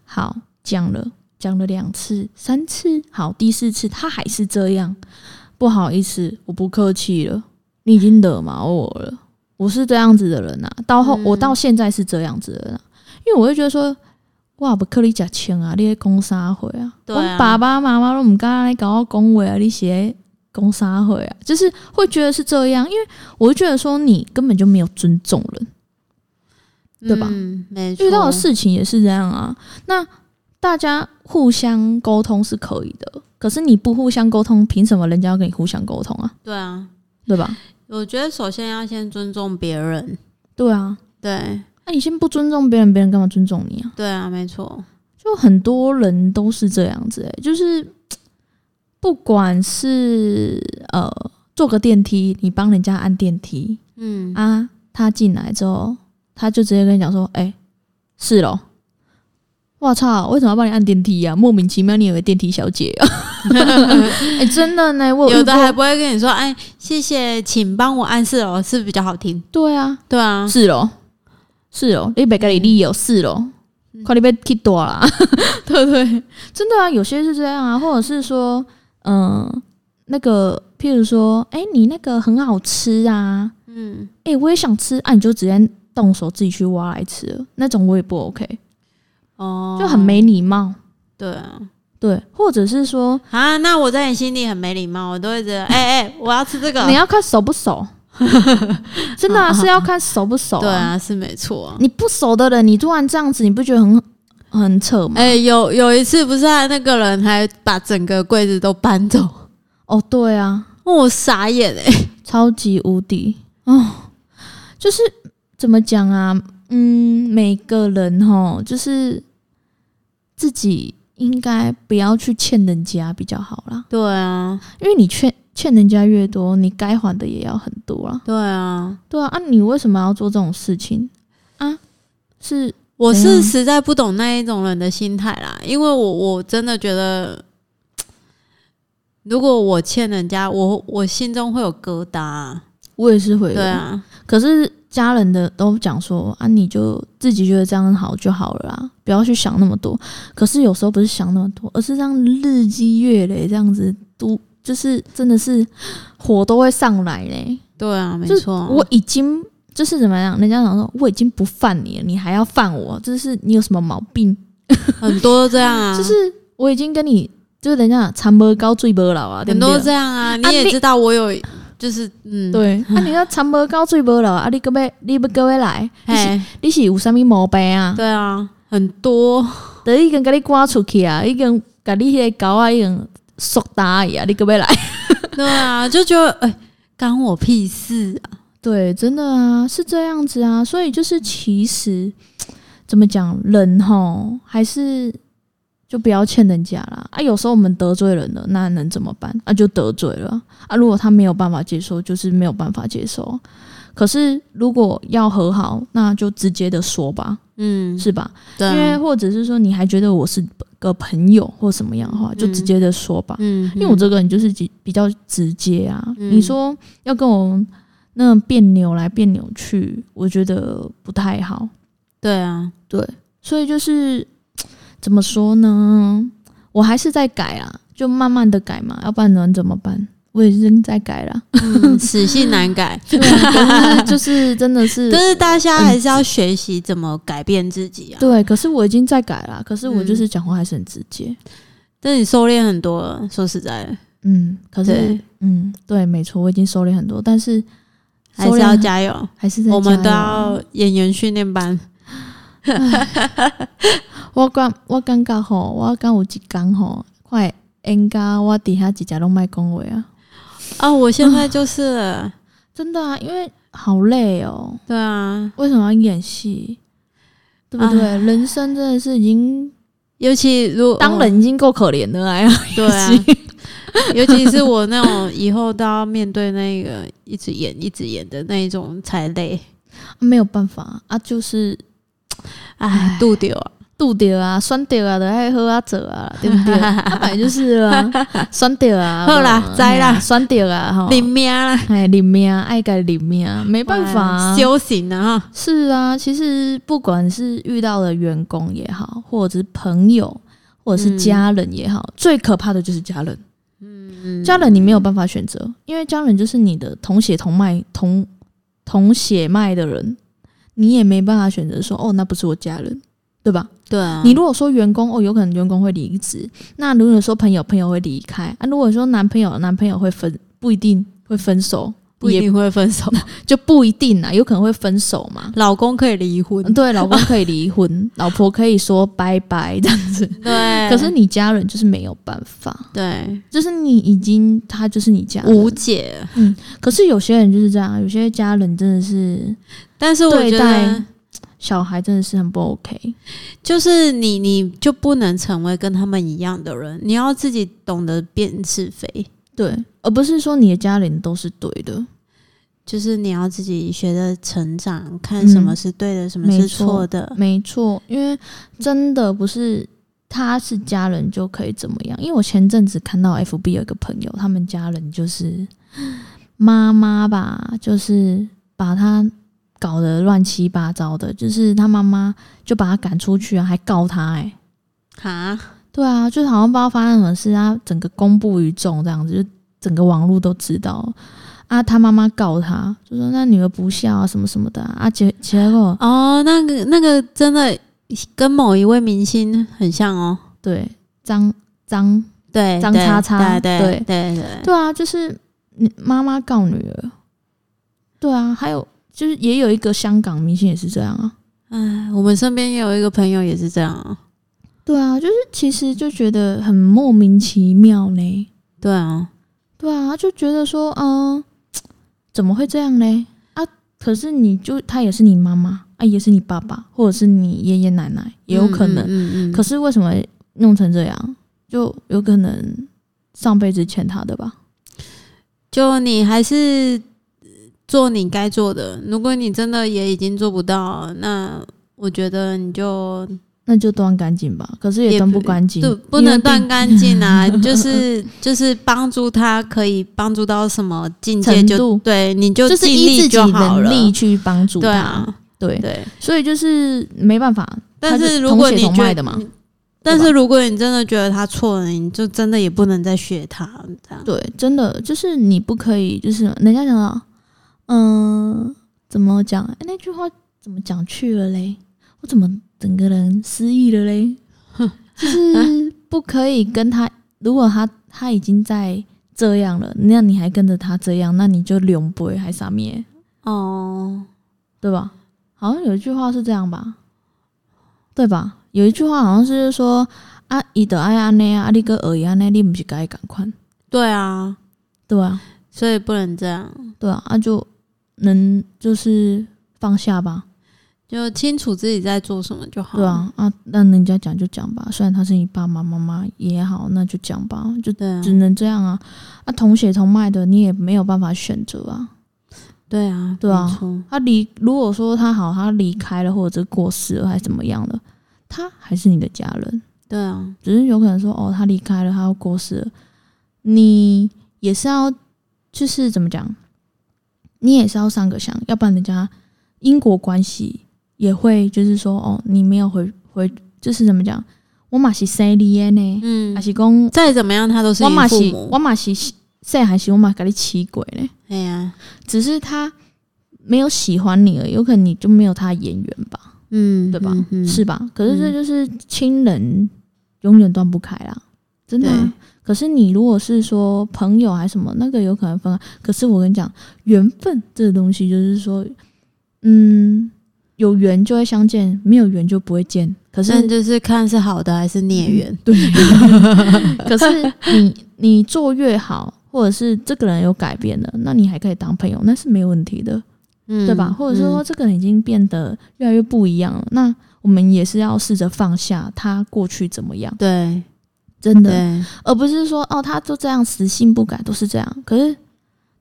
[SPEAKER 2] 好讲了，讲了两次、三次，好，第四次他还是这样，不好意思，我不客气了，你已经惹毛我了，我是这样子的人啊，到后、
[SPEAKER 1] 嗯
[SPEAKER 2] 我到现在是这样子的人、啊，因为我会觉得说。哇，不克你假钱啊！你在讲啥会啊？
[SPEAKER 1] 对啊
[SPEAKER 2] 我爸爸妈妈都唔敢来搞我讲话啊！你写讲啥会啊？就是会觉得是这样，因为我就觉得说你根本就没有尊重人，对吧
[SPEAKER 1] 嗯，没错。
[SPEAKER 2] 遇到的事情也是这样啊。那大家互相沟通是可以的，可是你不互相沟通，凭什么人家要跟你互相沟通啊？
[SPEAKER 1] 对啊，
[SPEAKER 2] 对吧？
[SPEAKER 1] 我觉得首先要先尊重别人，
[SPEAKER 2] 对啊，
[SPEAKER 1] 对
[SPEAKER 2] 那你先不尊重别人，别人干嘛尊重你啊？
[SPEAKER 1] 对啊，没错，
[SPEAKER 2] 就很多人都是这样子、欸，就是不管是呃坐个电梯，你帮人家按电梯
[SPEAKER 1] 嗯，
[SPEAKER 2] 啊，他进来之后，他就直接跟你讲说：“哎、是咯。”我操！为什么要帮你按电梯呀、莫名其妙，你以为电梯小姐啊？ 哎、真的呢， 我
[SPEAKER 1] 有
[SPEAKER 2] 遇
[SPEAKER 1] 的
[SPEAKER 2] 过
[SPEAKER 1] 还不会跟你说，哎，谢谢，请帮我暗示哦，是不是比较好听？
[SPEAKER 2] 对啊，
[SPEAKER 1] 对啊，
[SPEAKER 2] 是咯，是咯，你别跟你理由是咯，快点被踢倒啦，嗯 对不对？真的啊，有些是这样啊，或者是说，嗯、那个，譬如说，哎、你那个很好吃啊，
[SPEAKER 1] 嗯，
[SPEAKER 2] 哎、我也想吃啊，你就直接动手自己去挖来吃了，那种我也不 OK，
[SPEAKER 1] 哦，
[SPEAKER 2] 就很没礼貌。
[SPEAKER 1] 对啊，
[SPEAKER 2] 对，或者是说，
[SPEAKER 1] 啊，那我在你心里很没礼貌，我都会觉 得，哎哎，我要吃这个
[SPEAKER 2] 你，要看熟不 熟，真的、啊、是要看熟不熟、
[SPEAKER 1] 对，啊，是没错啊。
[SPEAKER 2] 你不熟的人，你突然这样子，你不觉得很很扯吗？
[SPEAKER 1] 哎、有有一次不是啊还那个人还把整个柜子都搬走，
[SPEAKER 2] 哦，对啊，
[SPEAKER 1] 哦我傻眼哎、
[SPEAKER 2] 超级无敌哦，就是怎么讲啊？嗯，每个人哈，就是自己应该不要去欠人家比较好啦，
[SPEAKER 1] 对啊，
[SPEAKER 2] 因为你欠欠人家越多，你该还的也要很多啦。
[SPEAKER 1] 对啊，
[SPEAKER 2] 对啊，啊，你为什么要做这种事情啊？是
[SPEAKER 1] 我
[SPEAKER 2] 怎
[SPEAKER 1] 是
[SPEAKER 2] 样
[SPEAKER 1] 实在不懂那一种人的心态啦，因为我我真的觉得，如果我欠人家，我我心中会有疙瘩啊。
[SPEAKER 2] 我也是会有
[SPEAKER 1] 对，啊，
[SPEAKER 2] 可是家人的都讲说啊，你就自己觉得这样好就好了啦，不要去想那么多。可是有时候不是想那么多，而是这样日积月累这样子都。就是真的是火都会上来嘞，
[SPEAKER 1] 对啊，没
[SPEAKER 2] 就是
[SPEAKER 1] 错啊，
[SPEAKER 2] 我已经就是怎么样，人家讲说我已经不犯你了，你还要犯我，这是你有什么毛病？
[SPEAKER 1] 很多都这样啊，
[SPEAKER 2] 就是我已经跟你就是人家讲长不高最不老啊，对
[SPEAKER 1] 很
[SPEAKER 2] 不
[SPEAKER 1] 多
[SPEAKER 2] 对？
[SPEAKER 1] 都这样啊，你
[SPEAKER 2] 啊
[SPEAKER 1] 也
[SPEAKER 2] 你
[SPEAKER 1] 知道我有，就是嗯，
[SPEAKER 2] 对，啊，你那长啊不高最不老啊，你各位你不各位来，你是
[SPEAKER 1] 哎，
[SPEAKER 2] 你是有啥咪毛病啊？
[SPEAKER 1] 对啊，很 多，
[SPEAKER 2] 得已经给你刮出去啊，已经给你迄个狗啊，已经缩大伊啊，你可要来？
[SPEAKER 1] 对啊，就觉得哎，干、我屁事啊！
[SPEAKER 2] 对，真的啊，是这样子啊，所以就是其实怎么讲，人吼还是就不要欠人家啦啊。有时候我们得罪人了，那能怎么办？啊，就得罪了啊。如果他没有办法接受，就是没有办法接受。可是如果要和好，那就直接的说吧，
[SPEAKER 1] 嗯，
[SPEAKER 2] 是吧？
[SPEAKER 1] 对啊
[SPEAKER 2] 因为或者是说你还觉得我是个朋友或什么样的话，就直接的说吧。
[SPEAKER 1] 嗯，
[SPEAKER 2] 因为我这个人就是比比较直接啊，
[SPEAKER 1] 嗯
[SPEAKER 2] 你说要跟我那别扭来别扭去，我觉得不太好。
[SPEAKER 1] 对啊，
[SPEAKER 2] 对，所以就是怎么说呢？我还是在改啊，就慢慢的改嘛，要不然能怎么办？我已经在改了，
[SPEAKER 1] 嗯，死性难改。
[SPEAKER 2] 对啊可是就是真的是
[SPEAKER 1] 但是大家还是要学习怎么改变自己啊。
[SPEAKER 2] 对，可是我已经在改了，可是我
[SPEAKER 1] 嗯
[SPEAKER 2] 就是讲话还是很直接。
[SPEAKER 1] 但你收敛很多了，说实在的，
[SPEAKER 2] 嗯，可是
[SPEAKER 1] 对
[SPEAKER 2] 嗯，对，没错，我已经收敛很多，但是
[SPEAKER 1] 还是要加油。
[SPEAKER 2] 还是在
[SPEAKER 1] 我们
[SPEAKER 2] 加
[SPEAKER 1] 都
[SPEAKER 2] 油
[SPEAKER 1] 要演员训练班，
[SPEAKER 2] 我感我感觉吼，我敢有一天吼，快应该我底下几家拢卖讲话啊，
[SPEAKER 1] 啊，我现在就是 了，
[SPEAKER 2] 真的啊，因为好累哦，
[SPEAKER 1] 对啊，
[SPEAKER 2] 为什么要演戏？对不对？人生真的是已经
[SPEAKER 1] 尤其如
[SPEAKER 2] 当人已经够可怜的 哎呀，
[SPEAKER 1] 哦对啊， 尤其是我那种以后都要面对那个一直演一直演的那一种才累，
[SPEAKER 2] 没有办法啊，就是
[SPEAKER 1] 哎，度丢啊，
[SPEAKER 2] 拄着啊、选着啊，就爱好啊做啊，对不对？啊，本来就是啊， 选着啊，
[SPEAKER 1] 好啦知啦
[SPEAKER 2] 选着啊，吼，
[SPEAKER 1] 领命啦，
[SPEAKER 2] 哎，领命爱该领命，没办法啊，
[SPEAKER 1] 修行啊，哈
[SPEAKER 2] 是啊，其实不管是遇到的员工也好，或者是朋友，或者是家人也好，
[SPEAKER 1] 嗯
[SPEAKER 2] 最可怕的就是家人。嗯，家人你没有办法选择，因为家人就是你的同血同脉同同血脉的人，你也没办法选择说哦，那不是我家人，对吧？
[SPEAKER 1] 对啊，
[SPEAKER 2] 你如果说员工哦，有可能员工会离职，那如果说朋友朋友会离开啊，如果说男朋友男朋友会分，不一定会分手，
[SPEAKER 1] 不一
[SPEAKER 2] 也
[SPEAKER 1] 定会分手，
[SPEAKER 2] 就不一定啊，有可能会分手嘛。
[SPEAKER 1] 老公可以离婚，
[SPEAKER 2] 嗯对，老公可以离婚， 老婆可以说拜拜这样子。
[SPEAKER 1] 对，
[SPEAKER 2] 可是你家人就是没有办法，
[SPEAKER 1] 对
[SPEAKER 2] 就是你已经他就是你家人
[SPEAKER 1] 无解，
[SPEAKER 2] 可是有些人就是这样，有些家人真的是
[SPEAKER 1] 但是我
[SPEAKER 2] 对
[SPEAKER 1] 觉
[SPEAKER 2] 待
[SPEAKER 1] 得。
[SPEAKER 2] 小孩真的是很不 OK。
[SPEAKER 1] 就是你，你就不能成为跟他们一样的人，你要自己懂得辨是非，
[SPEAKER 2] 对，而不是说你的家人都是对的，
[SPEAKER 1] 就是你要自己学着成长，看什么是对的，什么
[SPEAKER 2] 没
[SPEAKER 1] 是
[SPEAKER 2] 错
[SPEAKER 1] 嗯错 的。
[SPEAKER 2] 没错，因为真的不是他是家人就可以怎么样。因为我前阵子看到 FB 有一个朋友，他们家人就是 妈妈吧，就是把他搞得乱七八糟的，就是他妈妈就把他赶出去啊，还告他哎、
[SPEAKER 1] 哈，
[SPEAKER 2] 对啊，就是好像不知道发生什么事，他整个公布于众这样子，就整个网络都知道。啊，他妈妈告他，就说那女儿不孝啊，什么什么的啊，啊结结 果
[SPEAKER 1] 哦，那个那个真的跟某一位明星很像哦，
[SPEAKER 2] 对张张
[SPEAKER 1] 对，
[SPEAKER 2] 张
[SPEAKER 1] 对
[SPEAKER 2] 叉叉
[SPEAKER 1] 对
[SPEAKER 2] 对
[SPEAKER 1] 对对对
[SPEAKER 2] 对啊，就是你妈妈告女儿，对啊，还有就是也有一个香港明星也是这样啊，
[SPEAKER 1] 哎，我们身边也有一个朋友也是这样哦，
[SPEAKER 2] 对啊，就是其实就觉得很莫名其妙呢，
[SPEAKER 1] 对啊，
[SPEAKER 2] 对啊，就觉得说，嗯、怎么会这样嘞？啊，可是你就她也是你妈妈啊，也是你爸爸，或者是你爷爷奶奶，也有可能，
[SPEAKER 1] 嗯嗯嗯
[SPEAKER 2] 可是为什么弄成这样？就有可能上辈子欠他的吧。
[SPEAKER 1] 就你还是呃做你该做的。如果你真的也已经做不到，那我觉得你就
[SPEAKER 2] 那就断干净吧，可是也
[SPEAKER 1] 也
[SPEAKER 2] 断
[SPEAKER 1] 不
[SPEAKER 2] 不干净，
[SPEAKER 1] 就不
[SPEAKER 2] 因为
[SPEAKER 1] 能
[SPEAKER 2] 毕
[SPEAKER 1] 断干净 啊，就是就是帮助他可以帮助到什么境界
[SPEAKER 2] 程
[SPEAKER 1] 就
[SPEAKER 2] 度
[SPEAKER 1] 对，你就
[SPEAKER 2] 就是
[SPEAKER 1] 尽
[SPEAKER 2] 依自
[SPEAKER 1] 力
[SPEAKER 2] 己
[SPEAKER 1] 就好
[SPEAKER 2] 能
[SPEAKER 1] 了。
[SPEAKER 2] 力去帮助他。
[SPEAKER 1] 对啊，
[SPEAKER 2] 对
[SPEAKER 1] 对。
[SPEAKER 2] 所以就是没办法。
[SPEAKER 1] 但
[SPEAKER 2] 他
[SPEAKER 1] 是
[SPEAKER 2] 是
[SPEAKER 1] 如果
[SPEAKER 2] 同
[SPEAKER 1] 你
[SPEAKER 2] 血同
[SPEAKER 1] 觉
[SPEAKER 2] 脉
[SPEAKER 1] 得
[SPEAKER 2] 的嘛
[SPEAKER 1] 嗯但是如果你真的觉得他错了，你就真的也不能再学他这样。
[SPEAKER 2] 对，真的就是你不可以，就是人家讲到，嗯、怎么讲？哎，那句话怎么讲去了嘞？我怎么整个人失忆了嘞？就是不可以跟他，如果他他已经在这样了，那你还跟着他这样，那你就两杯还啥咩，
[SPEAKER 1] 哦，
[SPEAKER 2] 对吧？好像有一句话是这样吧，对吧？有一句话好像是说啊，伊的爱安内啊，啊你个尔安内，你不是该赶快，
[SPEAKER 1] 对啊，
[SPEAKER 2] 对啊，
[SPEAKER 1] 所以不能这样，
[SPEAKER 2] 对啊，啊就能就是放下吧，
[SPEAKER 1] 就清楚自己在做什么就好。
[SPEAKER 2] 对，啊，啊让人家讲就讲吧，虽然他是你爸爸妈妈也好，那就讲吧，就
[SPEAKER 1] 对啊，
[SPEAKER 2] 只能这样啊，啊同血同脉的你也没有办法选择啊，
[SPEAKER 1] 对啊，
[SPEAKER 2] 对啊
[SPEAKER 1] 没错
[SPEAKER 2] 他离如果说他好，他离开了或者过世了还是怎么样了，他还是你的家人，
[SPEAKER 1] 对啊，
[SPEAKER 2] 只是有可能说哦，他离开了，他要过世了，你也是要就是怎么讲，你也是要上个香，要不然人家因果关系也会就是说哦，你没有回回就是怎么讲，我嘛是生你的呢，
[SPEAKER 1] 嗯
[SPEAKER 2] 还，是讲
[SPEAKER 1] 再怎么样他都是
[SPEAKER 2] 我嘛
[SPEAKER 1] 你
[SPEAKER 2] 是
[SPEAKER 1] 父母
[SPEAKER 2] 我。嘛是细还是我嘛给你起鬼呢？
[SPEAKER 1] 哎呀，
[SPEAKER 2] 只是他没有喜欢你而已，有可能你就没有他的眼缘吧，
[SPEAKER 1] 嗯，
[SPEAKER 2] 对吧？
[SPEAKER 1] 嗯嗯
[SPEAKER 2] 是吧？可是这就是亲人永远断不开啦，真的啊、
[SPEAKER 1] 对
[SPEAKER 2] 可是你如果是说朋友还是什么，那个有可能分开。可是我跟你讲，缘分这个东西就是说，嗯，有缘就会相见，没有缘就不会见。可是
[SPEAKER 1] 但就是看是好的还是孽缘。
[SPEAKER 2] 对，可是你你做越好，或者是这个人有改变了，那你还可以当朋友，那是没有问题的。
[SPEAKER 1] 嗯
[SPEAKER 2] 对吧？或者是说
[SPEAKER 1] 嗯
[SPEAKER 2] 这个人已经变得越来越不一样了，那我们也是要试着放下他过去怎么样，
[SPEAKER 1] 对
[SPEAKER 2] 真的，
[SPEAKER 1] 对，
[SPEAKER 2] 而不是说哦，他就这样死性不改，都是这样。可是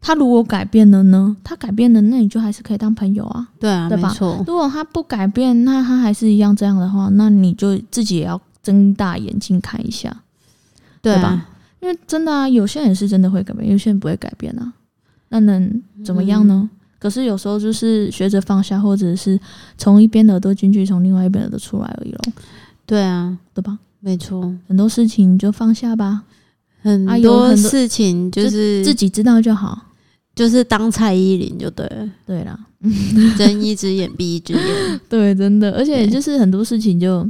[SPEAKER 2] 他如果改变了呢？他改变了，那你就还是可以当朋友啊。
[SPEAKER 1] 对啊，
[SPEAKER 2] 对
[SPEAKER 1] 没
[SPEAKER 2] 吧
[SPEAKER 1] 错，
[SPEAKER 2] 如果他不改变，那他还是一样这样的话，那你就自己也要睁大眼睛看一下，
[SPEAKER 1] 对啊
[SPEAKER 2] 对吧，因为真的啊，有些人是真的会改变，有些人不会改变啊。那能怎么样呢？可是有时候就是学着放下，或者是从一边的耳朵进去，从另外一边的耳朵出来而已咯，
[SPEAKER 1] 对啊，
[SPEAKER 2] 对吧？
[SPEAKER 1] 没错，
[SPEAKER 2] 很多事情就放下吧，
[SPEAKER 1] 很
[SPEAKER 2] 啊啊有
[SPEAKER 1] 多
[SPEAKER 2] 很多
[SPEAKER 1] 事情就是
[SPEAKER 2] 自己知道就好。
[SPEAKER 1] 就是当蔡依林就对了，
[SPEAKER 2] 对啦，
[SPEAKER 1] 睁一只眼闭一只眼。
[SPEAKER 2] 对，真的，而且
[SPEAKER 1] 对
[SPEAKER 2] 就是很多事情就，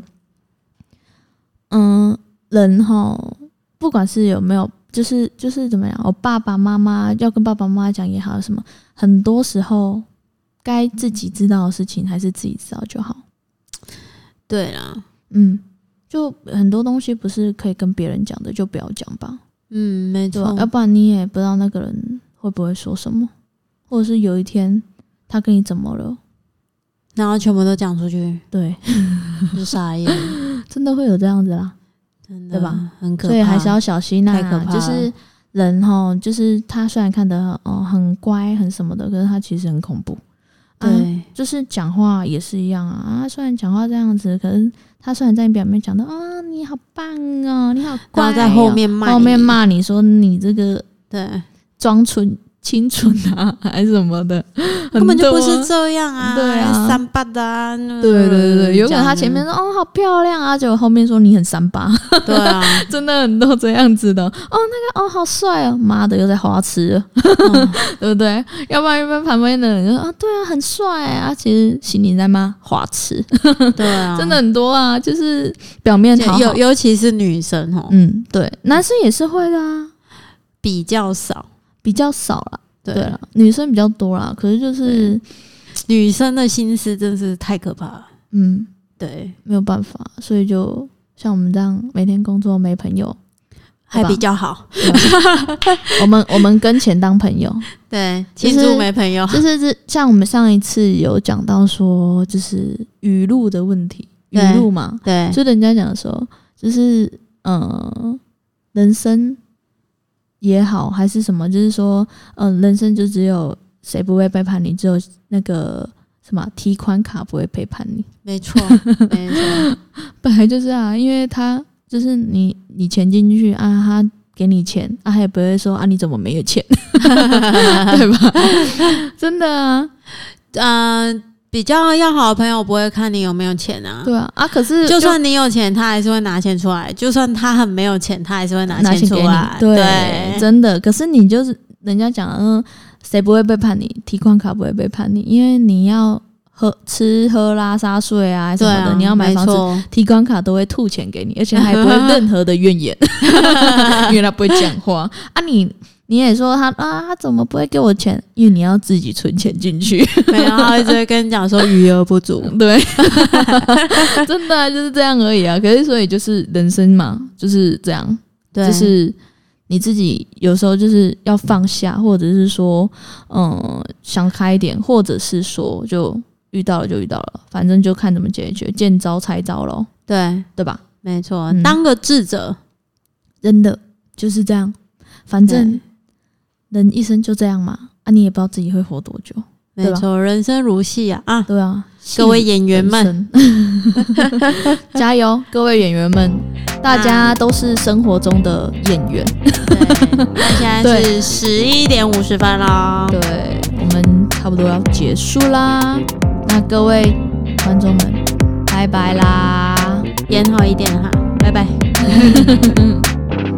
[SPEAKER 2] 嗯，人哈，不管是有没有，就是就是怎么样，我爸爸妈妈要跟爸爸妈妈讲也好，什么，很多时候该自己知道的事情还是自己知道就好。
[SPEAKER 1] 对啦，
[SPEAKER 2] 嗯，就很多东西不是可以跟别人讲的，就不要讲吧，
[SPEAKER 1] 嗯，没
[SPEAKER 2] 对吧啊呃
[SPEAKER 1] 错？，
[SPEAKER 2] 要不然你也不知道那个人会不会说什么，或者是有一天他跟你怎么了，
[SPEAKER 1] 然后全部都讲出去，
[SPEAKER 2] 对，
[SPEAKER 1] 就傻眼，
[SPEAKER 2] 真的会有这样子啦。
[SPEAKER 1] 真的
[SPEAKER 2] 对吧？
[SPEAKER 1] 很可怕，
[SPEAKER 2] 所以还是要小心呐、
[SPEAKER 1] 太可怕了
[SPEAKER 2] 就是人哈，就是他虽然看得哦很乖很什么的，可是他其实很恐怖。啊
[SPEAKER 1] 对
[SPEAKER 2] 就是讲话也是一样啊。啊，虽然讲话这样子，可是他虽然在你表面讲的啊你好棒哦，你好乖、
[SPEAKER 1] 然后
[SPEAKER 2] 哦，
[SPEAKER 1] 在后面骂你
[SPEAKER 2] 后面骂你说你这个
[SPEAKER 1] 对，
[SPEAKER 2] 装纯清纯啊还是什么的，
[SPEAKER 1] 根本就不
[SPEAKER 2] 很
[SPEAKER 1] 是
[SPEAKER 2] 多啊
[SPEAKER 1] 这样啊，
[SPEAKER 2] 对啊
[SPEAKER 1] 三八的啊，
[SPEAKER 2] 对对对，有可能他
[SPEAKER 1] 这
[SPEAKER 2] 前
[SPEAKER 1] 样啊
[SPEAKER 2] 面
[SPEAKER 1] 子
[SPEAKER 2] 说哦好漂亮啊，结果后面说你很三八，
[SPEAKER 1] 对啊，
[SPEAKER 2] 真的很多这样子的。哦，那个哦好帅哦，妈的又在花痴了。
[SPEAKER 1] 嗯
[SPEAKER 2] 对不对？要不然一般旁边的人就说啊，对啊，很帅啊，其实心里在骂花痴，
[SPEAKER 1] 对啊，
[SPEAKER 2] 真的很多啊，就是表面讨好
[SPEAKER 1] 尤尤其是女生哦，
[SPEAKER 2] 嗯，对，男生也是会的啊，
[SPEAKER 1] 比较少。
[SPEAKER 2] 比较少啦，
[SPEAKER 1] 对
[SPEAKER 2] 对啦，女生比较多啦，可是就是
[SPEAKER 1] 女生的心思真是太可怕了。
[SPEAKER 2] 嗯，
[SPEAKER 1] 对，
[SPEAKER 2] 没有办法，所以就像我们这样每天工作没朋 友，
[SPEAKER 1] 还比较好。
[SPEAKER 2] 我们我们跟钱当朋友，
[SPEAKER 1] 对，
[SPEAKER 2] 就是
[SPEAKER 1] 庆祝没朋友。
[SPEAKER 2] 就是这像我们上一次有讲到说，就是语录的问题，语
[SPEAKER 1] 对
[SPEAKER 2] 录嘛，
[SPEAKER 1] 对，
[SPEAKER 2] 就人家讲说，就是呃，人生也好，还是什么，就是说，嗯、人生就只有谁不会背叛你，只有那个什么提款卡不会背叛你。
[SPEAKER 1] 没错，没错。
[SPEAKER 2] 本来就是啊，因为他就是你，你钱进去啊，他给你钱啊，他也不会说啊，你怎么没有钱， 对吧？ 真的啊，
[SPEAKER 1] 嗯，比较要好的朋友不会看你有没有钱啊。
[SPEAKER 2] 对啊啊，可是
[SPEAKER 1] 就算你有钱，他还是会拿钱出来；就算他很没有钱，他还是会拿
[SPEAKER 2] 拿
[SPEAKER 1] 钱
[SPEAKER 2] 钱
[SPEAKER 1] 出
[SPEAKER 2] 给
[SPEAKER 1] 来
[SPEAKER 2] 你，。真的。可是你就是人家讲，嗯，谁不会背叛你？提款卡不会背叛你，因为你要喝吃喝拉撒睡啊什
[SPEAKER 1] 对
[SPEAKER 2] 么的，
[SPEAKER 1] 啊，
[SPEAKER 2] 你要买
[SPEAKER 1] 没
[SPEAKER 2] 房子，
[SPEAKER 1] 错
[SPEAKER 2] 提款卡都会吐 钱给你，而且还不会任何的怨言，因为他不会讲话啊你。你也说他啊，他怎么不会给我钱？因为你要自己存钱 进去。
[SPEAKER 1] 没有，他一直会跟你讲说余额不足。
[SPEAKER 2] 对， 真的啊、就是这样而已啊。可是所以就是人生嘛，就是这样，
[SPEAKER 1] 对，
[SPEAKER 2] 就是你自己有时候就是要放下，或者是说，嗯，想开一点，或者是说就遇到了就遇到了，反正就看怎么解决，见招拆招咯，
[SPEAKER 1] 对，
[SPEAKER 2] 对吧？
[SPEAKER 1] 没错，
[SPEAKER 2] 嗯
[SPEAKER 1] 当个智者，
[SPEAKER 2] 真的就是这样，反正
[SPEAKER 1] 对
[SPEAKER 2] 人一生就这样嘛，啊，你也不知道自己会活多久，
[SPEAKER 1] 没错，人生如戏啊啊！
[SPEAKER 2] 对啊，
[SPEAKER 1] 各位演员们，
[SPEAKER 2] 们， 加油！各位演员们，大家都是生活中的演员。
[SPEAKER 1] 对，那 现在是十一点五十分啦。
[SPEAKER 2] 对，我们差不多要结束啦。那各位观众们，拜拜啦！
[SPEAKER 1] 演好一点哈，拜拜。